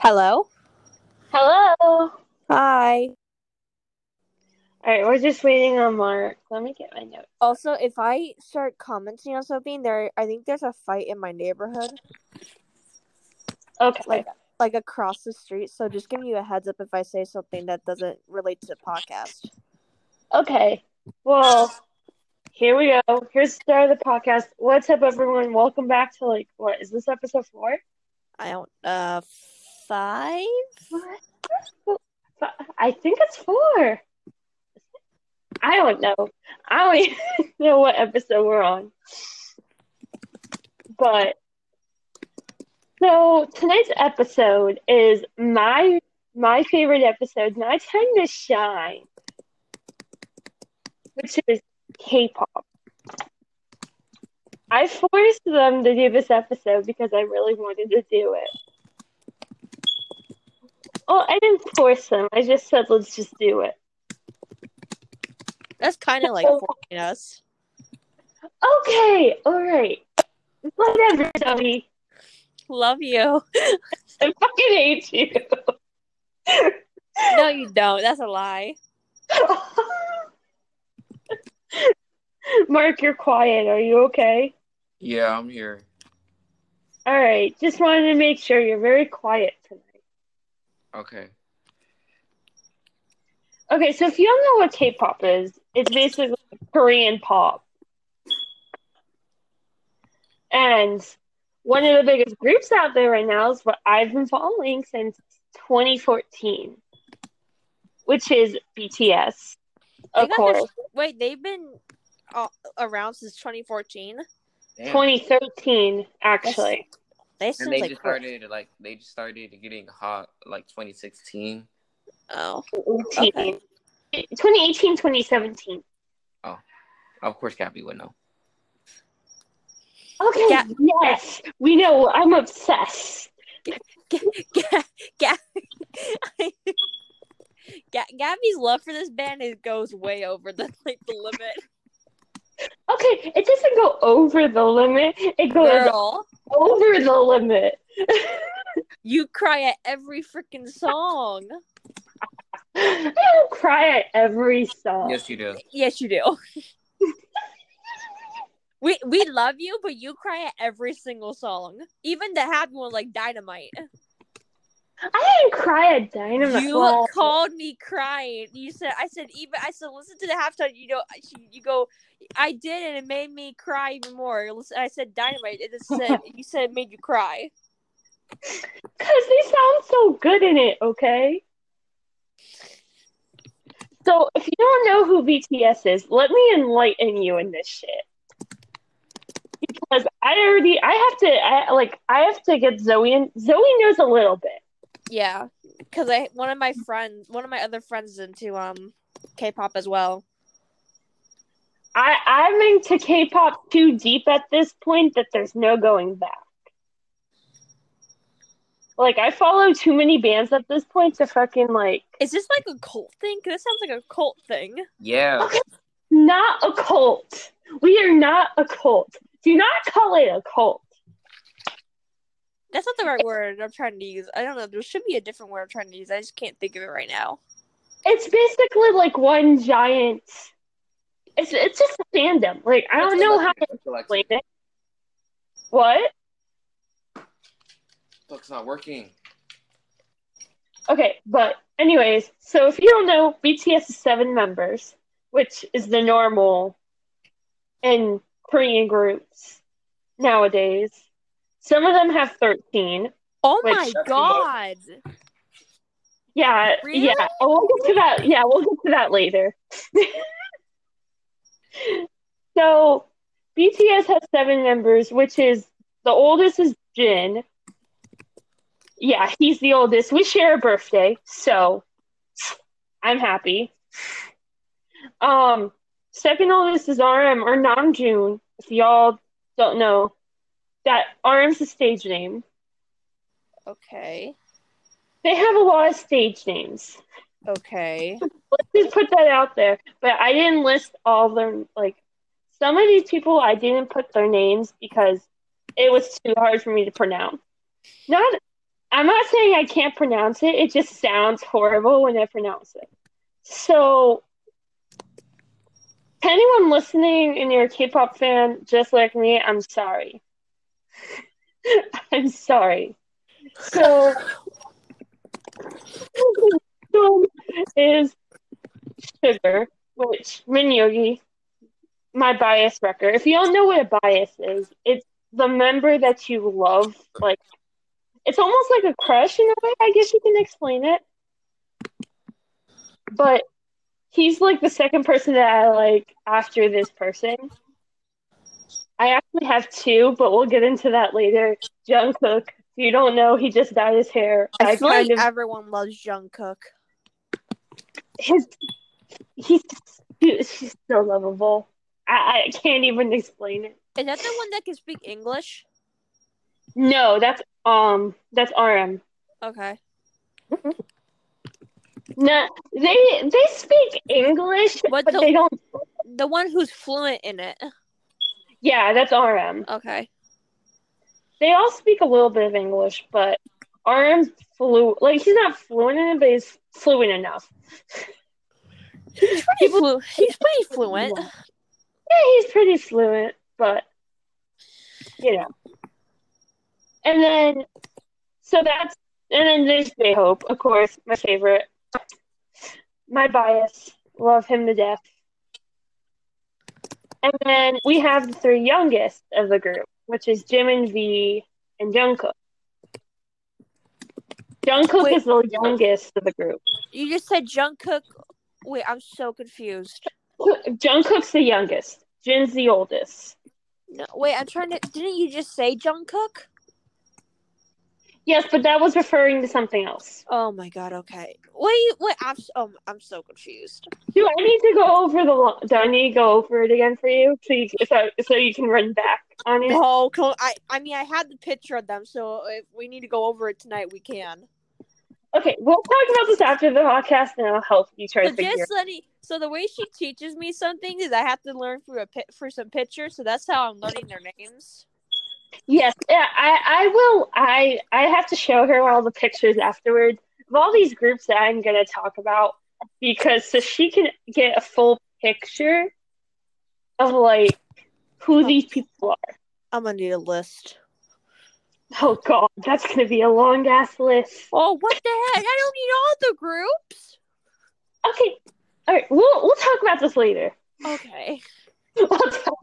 Hello. Hello. All Hi. right, we're just waiting on Mark. Let me get my note. Also, if I start commenting on something, there I think there's a fight in my neighborhood, Okay. Like- like across the street. So just giving you a heads up if I say something that doesn't relate to the podcast. okay. Well, here we go. Here's the start of the podcast. What's up, everyone? Welcome back to like what is this episode four? I don't. Uh, five. I think it's four. I don't know. I don't even know what episode we're on. But so tonight's episode is my my favorite episode, My Time to Shine. Which is K pop. I forced them to do this episode because I really wanted to do it. Well, I didn't force them. I just said, let's just do it. That's kind of like So- forcing us. Okay, all right. Whatever, Zoe. Love you. I fucking hate you. No, you don't. That's a lie. Mark, you're quiet. Are you okay? Yeah, I'm here. All right. Just wanted to make sure you're very quiet tonight. Okay. Okay, so if you don't know what K-pop is, it's basically Korean pop. And one of the biggest groups out there right now is what I've been following since 2014, which is BTS, They of got course. this- Wait, they've been uh, around since 2014. Damn. 2013, actually. They seem and they like just started like they just started getting hot like 2016. oh, 2018. 2018, 2017. Of course, Gabby would know. Okay, Yeah. yes, we know. I'm obsessed. Ga- Ga- Ga- Gabby's love for this band is goes way over the like the limit. Okay, it doesn't go over the limit. It goes Girl, over the limit. you cry at every freaking song. I don't cry at every song. Yes, you do. Yes, you do. we we love you, but you cry at every single song, even the happy one like Dynamite. I didn't cry at Dynamite. you Well, called me crying. You said, "I said even." I said, "Listen to the halftime." You know, she- you go. I did, and it made me cry even more. Listen, I said dynamite. It just said you said it made you cry. Because they sound so good in it, okay? So, if you don't know who BTS is, let me enlighten you in this shit. Because I already, I have to, I like, I have to get Zoe in. Zoe knows a little bit. Yeah, because I one of my friends, one of my other friends is into um K-pop as well. I, I'm into K-pop too deep at this point that there's no going back. Like I follow too many bands at this point to fucking like Is this like a cult thing? 'Cause This sounds like a cult thing. Yeah. Okay. not a cult. We are not a cult. Do not call it a cult. That's not the right word I'm trying to use. I don't know. There should be a different word I'm trying to use. I just can't think of it right now. It's basically like one giant it's it's just a fandom. Like I don't know how to I feel like explain it. What? it's not working. Okay, but anyways, so if you don't know, BTS is seven members, which is the normal in Korean groups nowadays. Some of them have thirteen. Oh Wait, my that's god! Yeah, Really? yeah. Oh, we'll get to that. Yeah, we'll get to that later. so, BTS has seven members, which is the oldest is Jin. Yeah, he's the oldest. We share a birthday, so I'm happy. Um, second oldest is RM or Namjoon. If y'all don't know, that RM's a stage name. Okay, They have a lot of stage names. okay. let's just put that out there. But I didn't list all their like some of these people I didn't put their names because it was too hard for me to pronounce. Not I'm not saying I can't pronounce it. It just sounds horrible when I pronounce it. So, to anyone listening and you're a K-pop fan just like me, I'm sorry. I'm sorry. So, is sugar, which Minyogi, my bias wrecker. If you don't know what a bias is, it's the member that you love. Like, it's almost like a crush in a way. I guess you can explain it. But he's like the second person that I like after this person. I actually have two, but we'll get into that later. Jungkook, if you don't know, he just dyed his hair. I, feel kind like of everyone loves Jungkook. his he's he, she's so lovable. I, I can't even explain it. Is that the one that can speak English? No, that's um that's RM. Okay. No, they they speak English, What but the- they don't. The one who's fluent in it. Yeah, that's RM. Okay. They all speak a little bit of English, but RM's fluent. Like he's not fluent in it, but he's fluent enough. He's pretty, flu- he's pretty fluent. Yeah, he's pretty fluent, but you know. And then, so that's and then there's J Hope, of course, my favorite, my bias, love him to death. And then we have the three youngest of the group, which is Jimin, V, and Jungkook. Jungkook Wait. is the youngest of the group. You just said Jungkook. Wait, I'm so confused. Jungkook's the youngest. Jin's the oldest. No, wait, I'm trying to. Didn't you just say Jungkook? Yes, but that was referring to something else. Oh my god. Okay. Wait. Wait. I'm. s- Oh, I'm so confused. Do I need to go over the? lo- Do I need to go over it again for you, so you so, so you can run back on it? No. co- Oh, I. I mean, I had the picture of them, so if we need to go over it tonight, we can. Okay, we'll talk about this after the podcast, and I'll help you try to But figure. just letting, so the way she teaches me something is I have to learn through a pi- for some pictures. So that's how I'm learning their names. Yes, yeah, I, I will. I I have to show her all the pictures afterwards of all these groups that I'm gonna talk about because so she can get a full picture of like who these people are. I'm gonna need a list. Oh God, that's gonna be a long ass list. Oh, what the heck! I don't need all the groups. Okay, all right, we'll we'll talk about this later. Okay. We'll talk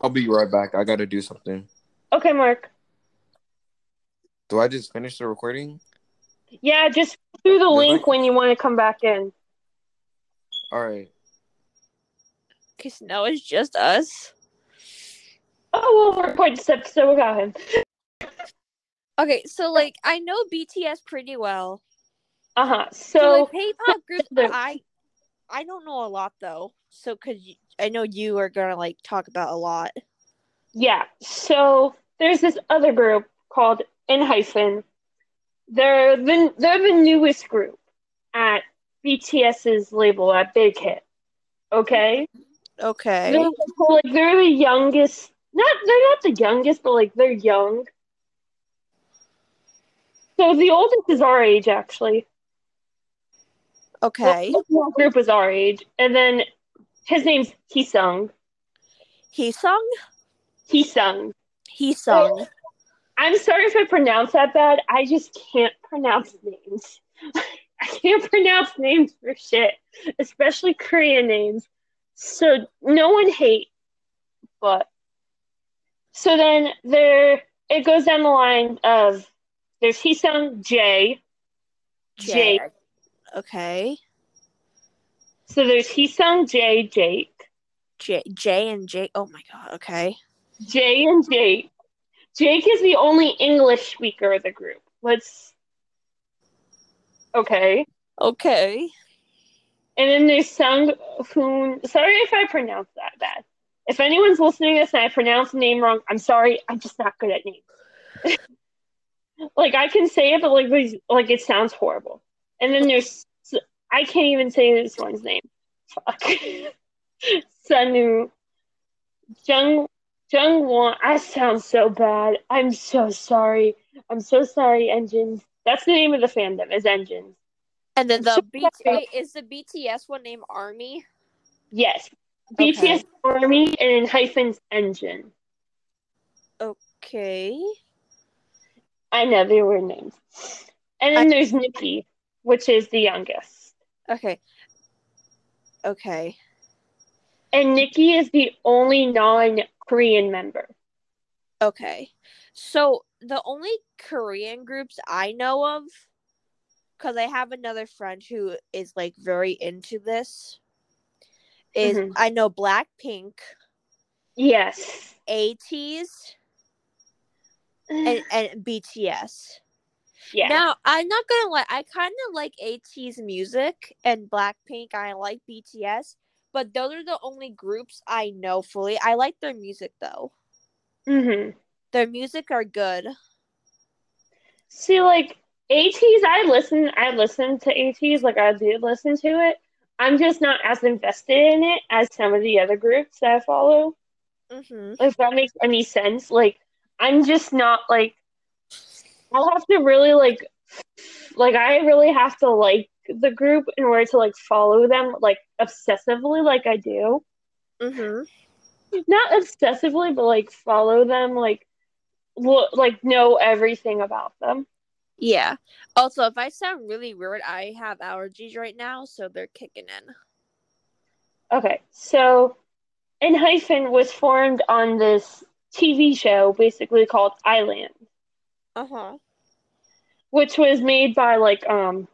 I'll be right back. I gotta do something. Okay, Mark. Do I just finish the recording? Yeah, just do the Really? link when you want to come back in. All right. Cause now it's just us. Oh, we'll record this episode without him. Okay, so like I know BTS pretty well. Uh huh. So So, like, K-pop groups, the- I I don't know a lot though. So could you, I know you are gonna like talk about a lot. yeah. So, there's this other group called N Hyphen. They're the, they're the newest group at BTS's label at Big Hit. Okay? Okay. They're, like, they're the youngest. Not They're not the youngest, but like they're young. So, the oldest is our age, actually. Okay. The whole group was our age, and then his name's He Sung. He sung. He Sung. He sung. I'm sorry if I pronounce that bad. I just can't pronounce names. I can't pronounce names for shit, especially Korean names. So no one hate, but so then there it goes down the line of there's He Sung Jay. Jake. Okay. So there's He Sung Jay Jake. J J and J. Oh my god. Okay. Jay and Jake. Jake is the only English speaker of the group. Let's. Okay. Okay. And then there's Sung Hoon. Sorry if I pronounce that bad. If anyone's listening to this and I pronounce the name wrong, I'm sorry. I'm just not good at names. like I can say it, but like these- like it sounds horrible. And then there's I can't even say this one's name. Fuck. Sunu Jung Jung Won. I sound so bad. I'm so sorry. I'm so sorry, engines. That's the name of the fandom is Engines. And then the Sure. BTS is the BTS one named Army. Yes. Okay. BTS Army and hyphens Engine. Okay. I know they were names. And then there's Nikki, which is the youngest. Okay. Okay. And Nikki is the only non-Korean member. Okay. So the only Korean groups I know of, because I have another friend who is like very into this, is Mhm. I know Blackpink, Yes. ATs, and, and BTS. yeah. Now I'm not gonna lie, I kind of like AT's music and Blackpink. I like BTS, but those are the only groups I know fully. I like their music though. hmm Their music are good. See, like ATs, I listen. I listen to ATs. Like I do listen to it. I'm just not as invested in it as some of the other groups that I follow. Mm-hmm. If that makes any sense. Like I'm just not like. I'll have to really like, like I really have to like the group in order to like follow them like obsessively, like I do. Mm-hmm. not obsessively, but like follow them, like look, like know everything about them. Yeah. Also, if I sound really weird, I have allergies right now, so they're kicking in. Okay, so and hyphen was formed on this TV show, basically called Island, Uh huh. which was made by like um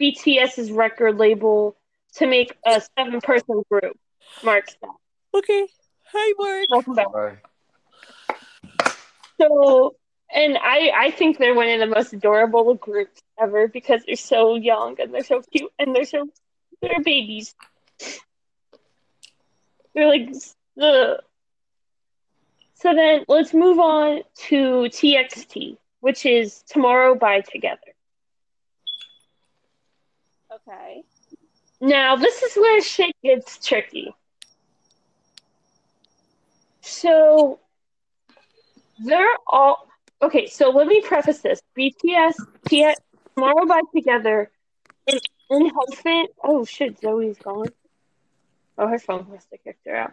BTS's record label to make a seven-person group. Mark, that. Okay. Hi, Mark. welcome back. Bro. So, and I I think they're one of the most adorable groups ever because they're so young and they're so cute and they're so they're babies. They're like the. So then let's move on to TXT, which is Tomorrow by Together. Okay. Now, this is where shit gets tricky. So, they're all okay. So, let me preface this BTS, T- Tomorrow by Together, and in hyphen. Oh, shit, Zoe's gone. Oh, her phone must have kicked her out.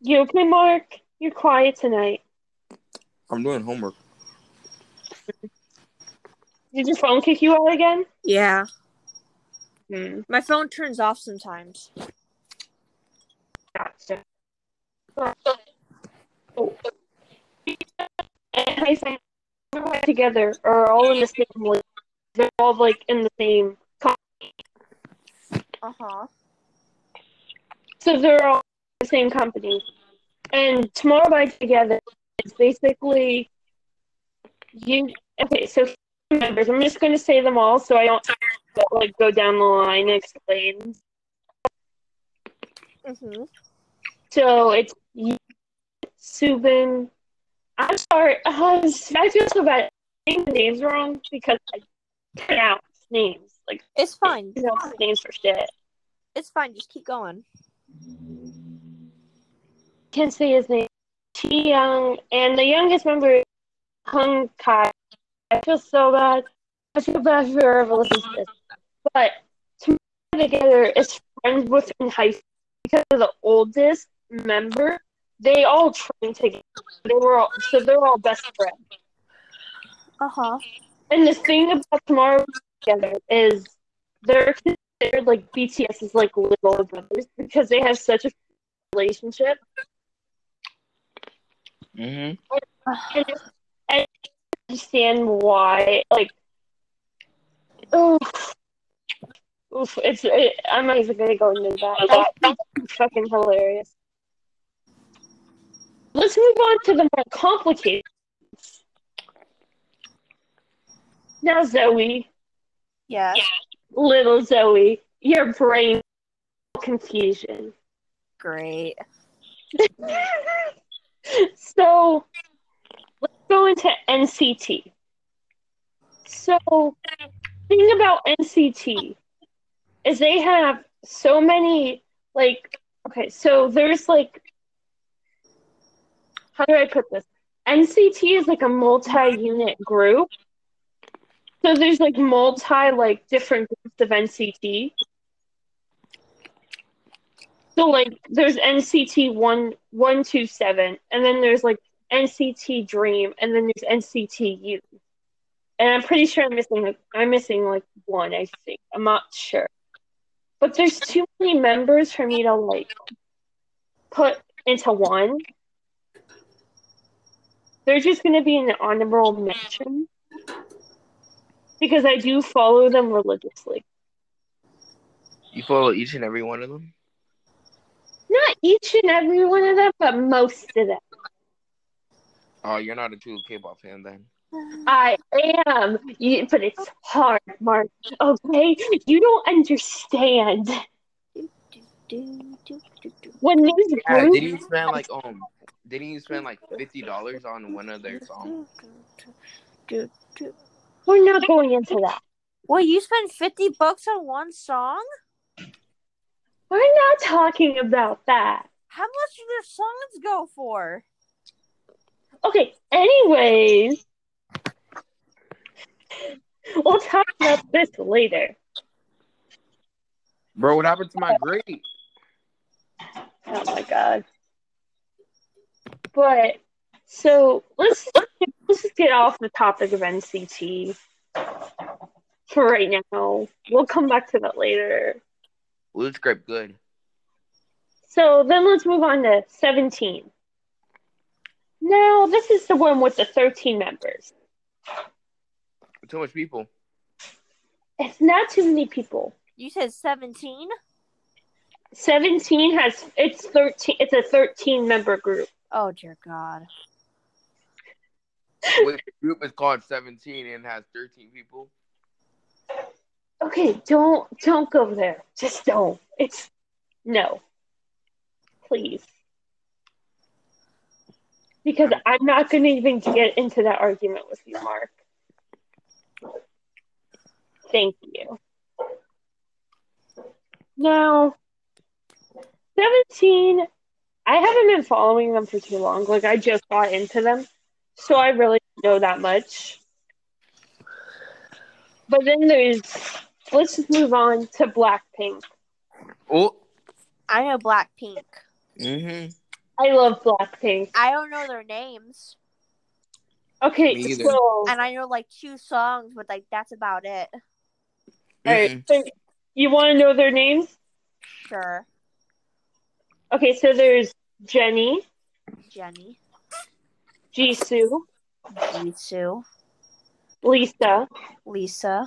You okay, Mark? You're quiet tonight. I'm doing homework. Did your phone kick you out again? Yeah. Hmm. My phone turns off sometimes. Gotcha. Oh. And I think everyone together are all in the same like they're all like in the same co- Uh huh. so they're all in the same company. And tomorrow by together is basically you okay, so members. I'm just gonna say them all so I don't like go down the line and explain. Mm-hmm. So it's Yin, Subin. I'm sorry. Uh, I feel so bad. I think the names wrong because I pronounce names. Like, It's fine. I pronounce names for shit. It's fine. Just keep going. Can't say his name. T Young. And the youngest member is Hung Kai. I feel so bad. I feel bad for whoever listens to this. But Tomorrow Together is friends with in high school because of the oldest member. They all trained together. They were all, so they're all best friends. Uh huh. And the thing about Tomorrow Together is they're considered like BTS is like little brothers because they have such a relationship. Mm-hmm. And, and I understand why. Like, oh, oof, it's. It, I'm not even gonna go into that. That's fucking hilarious. Let's move on to the more complicated. ones. Now, Zoe. Yeah. little Zoe, your brain confusion. Great. so let's go into NCT. So thing about NCT is they have so many like okay, so there's like how do I put this? NCT is like a multi-unit group. So there's like multi like different groups of NCT. So like there's NCT one one two seven, and then there's like NCT Dream, and then there's NCT U. And I'm pretty sure I'm missing like I'm missing like one. I think I'm not sure, but there's too many members for me to like put into one. They're just going to be an honorable mention because I do follow them religiously. You follow each and every one of them? Not each and every one of them, but most of them. Uh, Oh, you're not a true K-pop fan then. I am, You- but it's hard, Mark. Okay, you don't understand when these Yeah, groups didn't you spend like um didn't you spend like fifty dollars on one of their songs? We're not going into that. Wait, you spent 50 bucks on one song? We're not talking about that. How much do their songs go for? Okay, anyways, we'll talk about this later. Bro, what happened to my grade? Oh my god. But so let's let's just get off the topic of NCT for right now. We'll come back to that later. Well, it's grape good. So then let's move on to 17. Now, this is the one with the 13 members. Too much people. It's not too many people. You said 17? 17 has it's 13 it's a 13 member group. Oh, dear God. Wait, the group is called Seventeen and has thirteen people. Okay, don't don't go there. Just don't. It's no. Please. Because I'm not going to even get into that argument with you, Mark. Thank you. Now, 17, I haven't been following them for too long. Like, I just got into them. So I really don't know that much. But then there's, let's just move on to Blackpink. Oh. I know Blackpink. Mm-hmm. I love Blackpink. I don't know their names. Okay, Me either. so And I know like two songs, but like that's about it. alright, so you want to know their names? Sure. Okay, so there's Jenny, Jenny, Jisoo, Jitsu, Lisa, Lisa,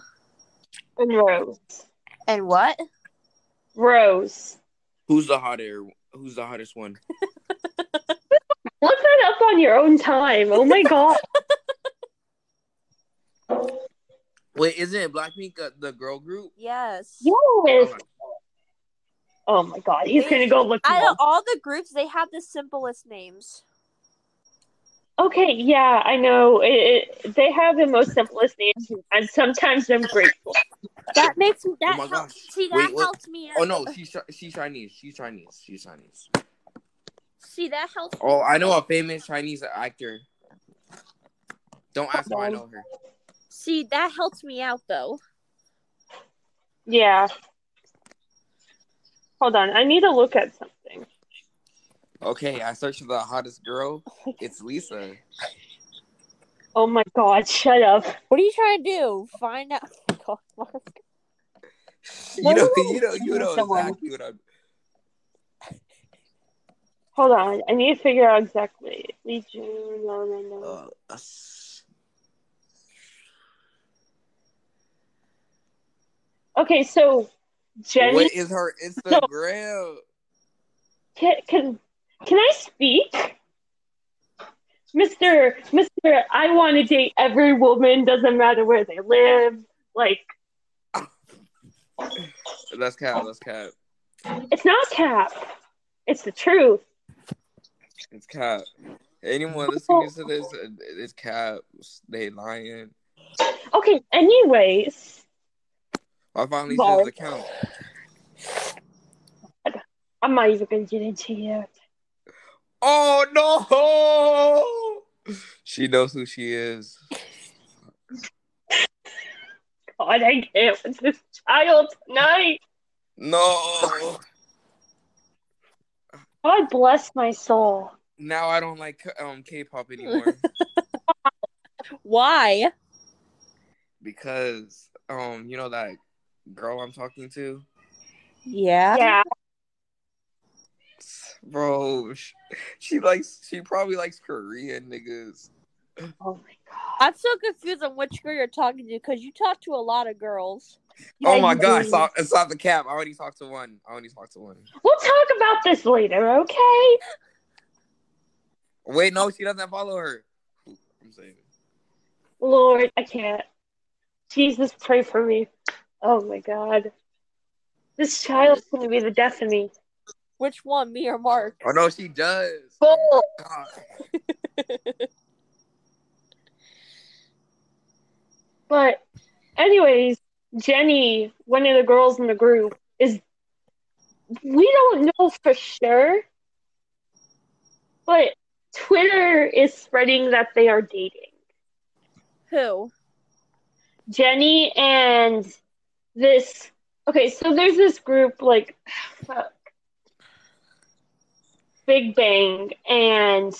and Rose. and what? Rose, Who's the hotter? Who's the hottest one? look that up on your own time. Oh my god, Wait, isn't Blackpink uh, the girl group? Yes. yes. Oh my god, he's gonna go look. Out them of up. all the groups, they have the simplest names. Okay, yeah, I know. It, it, they have the most simplest names, and sometimes I'm grateful. That makes me. That Oh my helps. gosh. See, that Wait, what? helps me. Oh no, she's Chi- she's Chinese. She's Chinese. She's Chinese. See, that helps. Oh, I know a famous Chinese actor. Don't ask how I know her. See, that helps me out though. Yeah. Hold on, I need to look at something. Okay, I searched for the hottest girl. It's Lisa. Oh my god, shut up. What are you trying to do? Find out. Oh, God, Mark. You Why know, would I you know, you choose know someone? exactly what I'm. Hold on, I need to figure out exactly. Lee June, no, no, no. Uh, Okay, so Jenny, what is her Instagram? can, can can I speak, Mister Mister? I want to date every woman, doesn't matter where they live. Like That's cat. That's cat. it's not cap, it's the truth. It's cap. Anyone listening to this, uh, it's cap. They lying. Okay, anyways, I finally Bye. said the count. I'm not even gonna get into it. Oh no! She knows who she is. God, I can't with this child tonight. No. God bless my soul. Now I don't like um K-pop anymore Why? because um you know that girl I'm talking to, Yeah. Yeah. bro. She, she likes. She probably likes Korean niggas. Oh my god. I'm so confused on which girl you're talking to because you talk to a lot of girls. oh Yeah, my you god! do. Stop, stop the cap. I already talked to one. I already talked to one. We'll talk about this later, okay? Wait, no, she doesn't follow her. I'm saying. Lord, I can't. Jesus, pray for me. Oh my god. This child's gonna be the death of me. Which one, me or Mark? Oh no, she does. Bull. God. But, anyways, Jenny, one of the girls in the group, is. We don't know for sure, but Twitter is spreading that they are dating. Who? Jenny and this. Okay, so there's this group like fuck, Big Bang and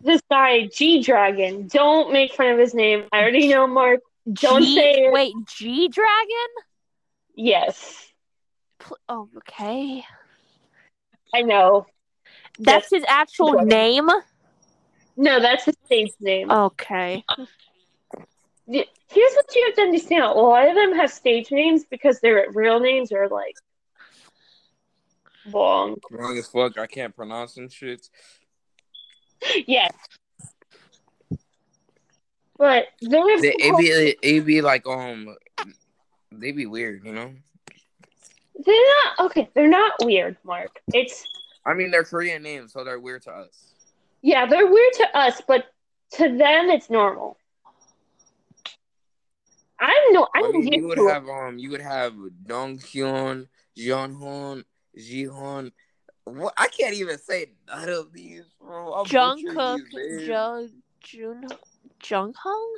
this guy G Dragon. Don't make fun of his name. I already know Mark. Don't G- say it. Wait, G Dragon? Yes, Pl- Oh, okay. I know. That's his actual Dragon. name? No, that's his stage name. Oh. Okay. Oh, Y- Here's what you have to understand: a lot of them have stage names because their real names are like long. Wrong as fuck. I can't pronounce them shits. Yes, but there is They it be, it be like um, they be weird, you know. They're not okay. They're not weird, Mark. It's I mean, they're Korean names, so they're weird to us. yeah, they're weird to us, but to them, it's normal. I'm no, I I'm mean, you used would to it. have um, you would have Dong Hyun, Jeon Hoon, Ji Hoon. What I can't even say none of these, bro. I'm Jungkook, butchering these names. Jo, Jun, Junghung,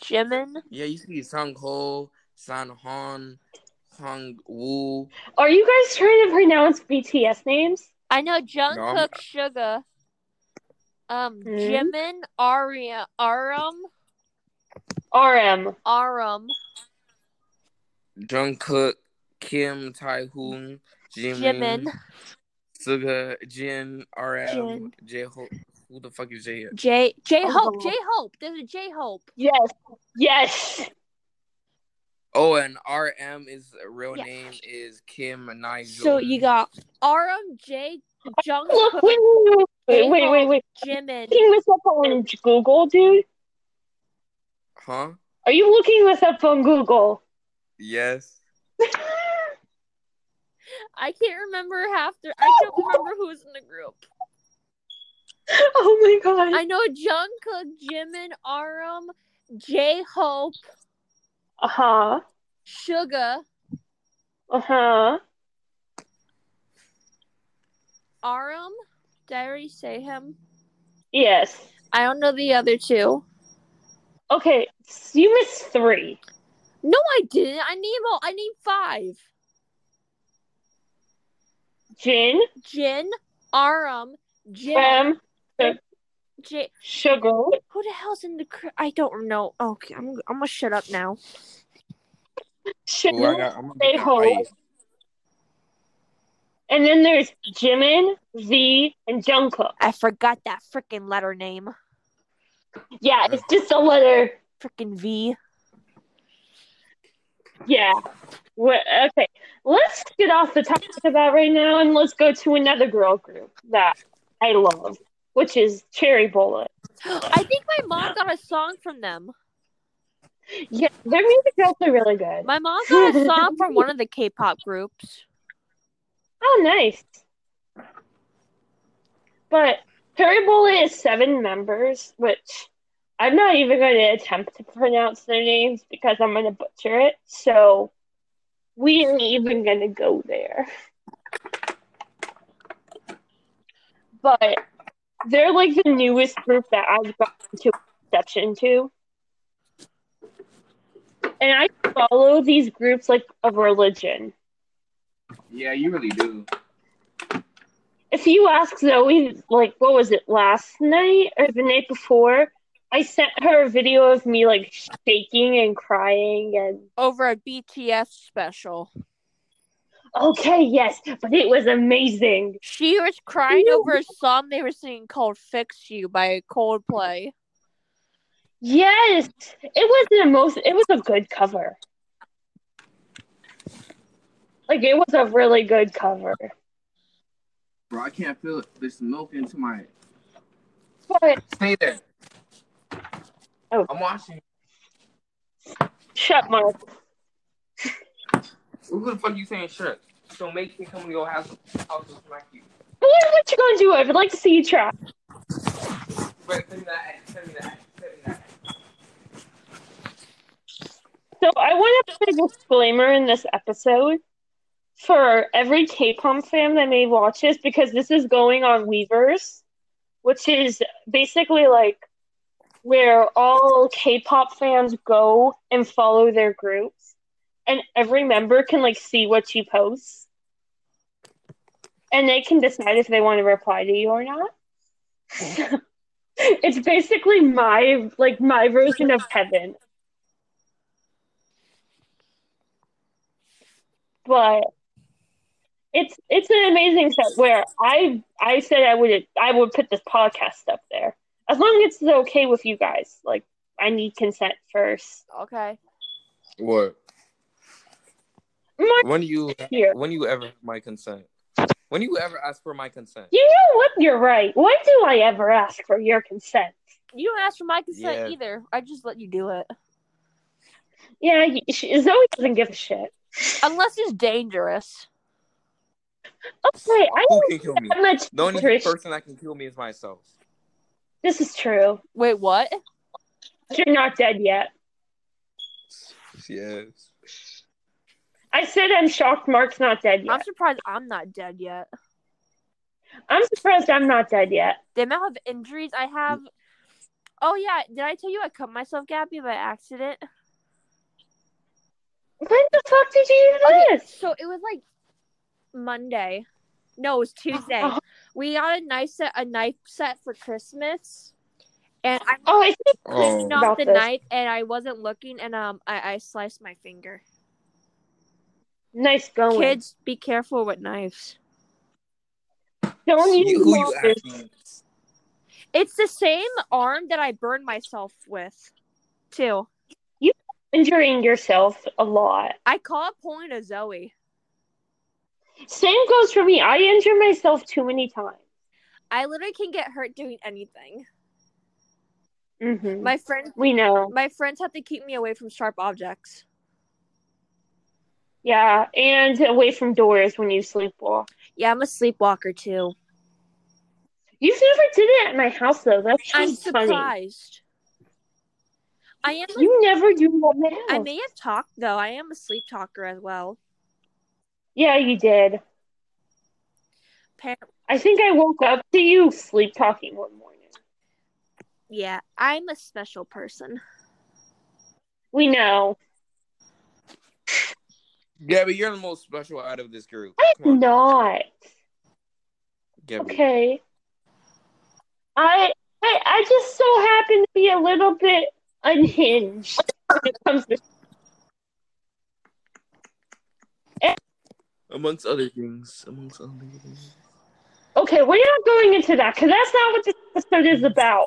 Jimin. Yeah, you see Sung Ho, San Hon, Hong Woo. Are you guys trying to pronounce BTS names? I know Jungkook, No, I'm Sugar, um, Hmm? Jimin, Aria, Aram, RM. Aram, Jungkook, Kim Tai Hoon, Jimin, Jimin, Suga, Jin, RM, Jin. J Ho. Who the fuck is J? J, J Hope, Oh. J Hope. There's a J Hope. Yes, yes. Oh, and RM is real Yeah. name is Kim Nigel. So you got Aram, J, Look, Jungkook, wait, wait, wait, wait, wait, wait, wait. Jimin. Looking this up on Google, dude. huh? Are you looking this up on Google? Yes. I can't remember half the. I can't remember who's in the group. oh my god. I know Jungkook, Jimin, Aram, J Hope, Uh huh. Sugar, Uh huh. Aram. Did I already say him? Yes. I don't know the other two. Okay, you missed three. No, I didn't. I need all. I need five. Jin, Jin, Aram, Jim, Rem, J. Sugar. Who the hell's in the? Cr- I don't know. Okay, I'm. I'm gonna shut up now. Ooh, I Sugar. got, I'm gonna Say get some ho. ice. And then there's Jimin, V, and Jungkook. I forgot that freaking letter name. Yeah, it's just a letter. Freaking V. Yeah. we okay, let's get off the topic of that right now and let's go to another girl group that I love, which is Cherry Bullet. I think my mom got a song from them. Yeah, their music is also really good. My mom got a song from one of the K-pop groups. Oh, nice. But Cherry Bullet is seven members, which I'm not even going to attempt to pronounce their names because I'm going to butcher it. So we ain't even going to go there. But They're like the newest group that I've gotten to exception to. And I follow these groups like of religion. Yeah, you really do. If you ask Zoe, like, what was it last night or the night before? I sent her a video of me like shaking and crying and over a BTS special. okay, yes, but it was amazing. She was crying Ew. over a song they were singing called "Fix You" by Coldplay. Yes, it was the most. It was a good cover. Like it was a really good cover. Bro, I can't feel this milk into my. But Stay there. Oh. I'm watching. shut Mark. Who the fuck you saying shit? So make me come to your house. I'll just smack you. What, what you gonna do? I would like to see you try. Wait, send me that. Send me that. Send me that. So I want to put a disclaimer in this episode for every K-pop fan that may watch this because this is going on Weavers, which is basically like where all K-pop fans go and follow their groups, and every member can like see what you post, and they can decide if they want to reply to you or not. it's basically my like my version of heaven. but it's it's an amazing set where I I said I would I would put this podcast up there as long as it's okay with you guys. Like I need consent first. Okay. What? Mark When do you here, when you ever have my consent? When you ever ask for my consent? you know what? You're right. When do I ever ask for your consent? You don't ask for my consent Yeah. either. I just let you do it, Yeah, y- she, Zoe doesn't give a shit. unless it's dangerous. Okay, I Who don't can kill me? have much The only interest. person that can kill me is myself. This is true. Wait, what? You're not dead yet. Yes. I said I'm shocked. Mark's not dead I'm yet. surprised I'm not dead yet. I'm surprised I'm not dead yet. The amount of injuries I have. Oh yeah, did I tell you I cut myself, Gabby, by accident? When the fuck did you do Okay, this? so it was like Monday. No, it was Tuesday. Oh. We got a knife set, a knife set for Christmas, and I Oh, I think Oh. knocked About the this. knife, and I wasn't looking, and um, I, I sliced my finger. nice going. Kids, be careful with knives. Don't use You, who you markers. asking? It's the same arm that I burned myself with, too. Injuring yourself a lot. I call it pulling a Zoe. Same goes for me. I injure myself too many times. I literally can get hurt doing anything. hmm My friends, We know. my friends have to keep me away from sharp objects. Yeah, and away from doors when you sleepwalk. Yeah, I'm a sleepwalker too. You've never did it at my house though. That's just I'm funny. surprised. I am. You never do that now. I may have talked though. I am a sleep talker as well. yeah, you did. Par- I think I woke up to you sleep talking one morning. yeah, I'm a special person. We know. Gabby, you're the most special out of this group. Come on, Not. Gabby. Okay. I, I I just so happen to be a little bit unhinged when it comes to Amongst other things. Amongst other things. Okay, we're not going into that because that's not what this episode is about.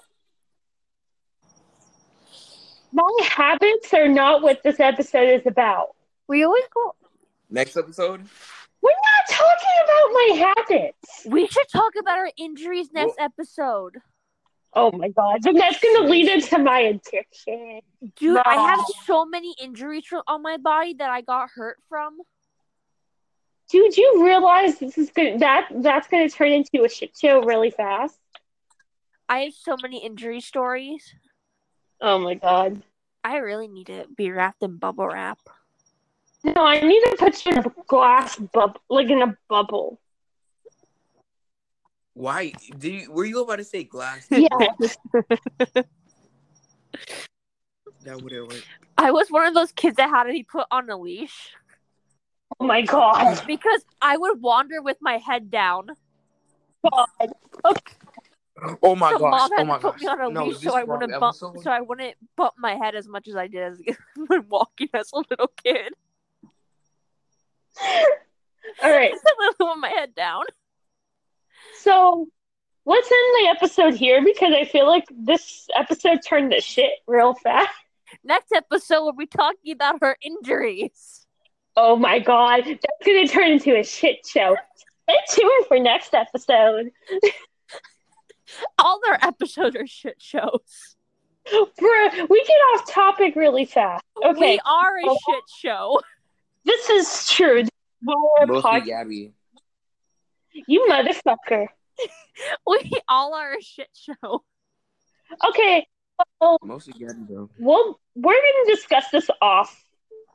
My habits are not what this episode is about. We always go. Next episode? We're not talking about my habits. We should talk about our injuries next episode, Oh my god, but that's gonna lead into my addiction. dude. I No. have so many injuries from, on my body that I got hurt from. Dude, you realize this is gonna that that's gonna turn into a shit show really fast. I have so many injury stories. Oh my god. I really need to be wrapped in bubble wrap. No, I need to put you in a glass bubble, like in a bubble. Why did you, were you about to say glass? Yeah. That would have worked. I was one of those kids that had to be put on a leash Oh my god. because I would wander with my head down. Oh my so gosh! mom had Oh my to put gosh! me on a No, leash this so I wrong wouldn't bump, episode? so I wouldn't bump my head as much as I did as when walking as a little kid. All right. I would put my head down. So let's end the episode here because I feel like this episode turned to shit real fast. Next episode, we'll be talking about her injuries. Oh my god, that's gonna turn into a shit show. Stay tuned for next episode. All their episodes are shit shows. Bruh, we get off topic really fast. Okay, We are a Oh. shit show. this is true. This is our Mostly pod- Gabby. You motherfucker. We all are a shit show. Okay, well, Mostly Gabby, bro. we'll we're gonna discuss this off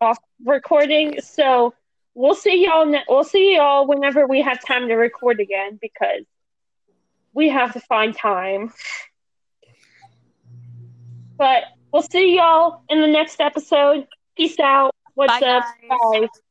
off recording. So we'll see y'all. Ne- we'll see y'all whenever we have time to record again because we have to find time. But we'll see y'all in the next episode. Peace out. What's Bye, up? guys. Bye.